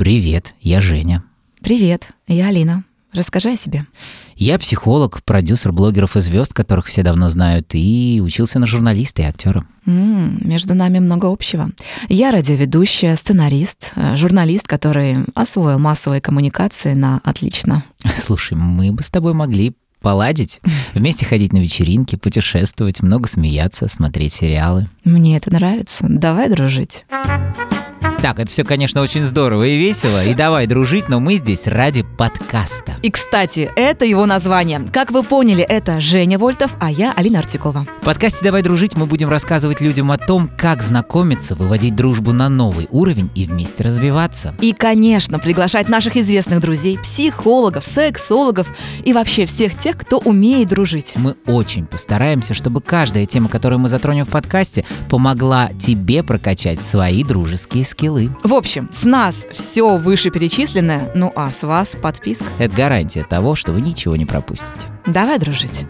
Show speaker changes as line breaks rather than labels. Привет, я Женя.
Привет, я Алина. Расскажи о себе.
Я психолог, продюсер блогеров и звезд, которых все давно знают, и учился на журналиста и актера.
М, между нами много общего. Я радиоведущая, сценарист, э, журналист, который освоил массовые коммуникации на отлично.
Слушай, мы бы с тобой могли поладить, вместе ходить на вечеринки, путешествовать, много смеяться, смотреть сериалы.
Мне это нравится. Давай дружить.
Так, это все, конечно, очень здорово и весело, и давай дружить, но мы здесь ради подкаста.
И, кстати, это его название. Как вы поняли, это Женя Вольтов, а я Алина Артикова.
В подкасте «Давай дружить» мы будем рассказывать людям о том, как знакомиться, выводить дружбу на новый уровень и вместе развиваться.
И, конечно, приглашать наших известных друзей, психологов, сексологов и вообще всех тех, кто умеет дружить.
Мы очень постараемся, чтобы каждая тема, которую мы затронем в подкасте, помогла тебе прокачать свои дружеские скиллы.
В общем, с нас все вышеперечисленное, ну а с вас подписка.
Это гарантия того, что вы ничего не пропустите.
Давай дружить.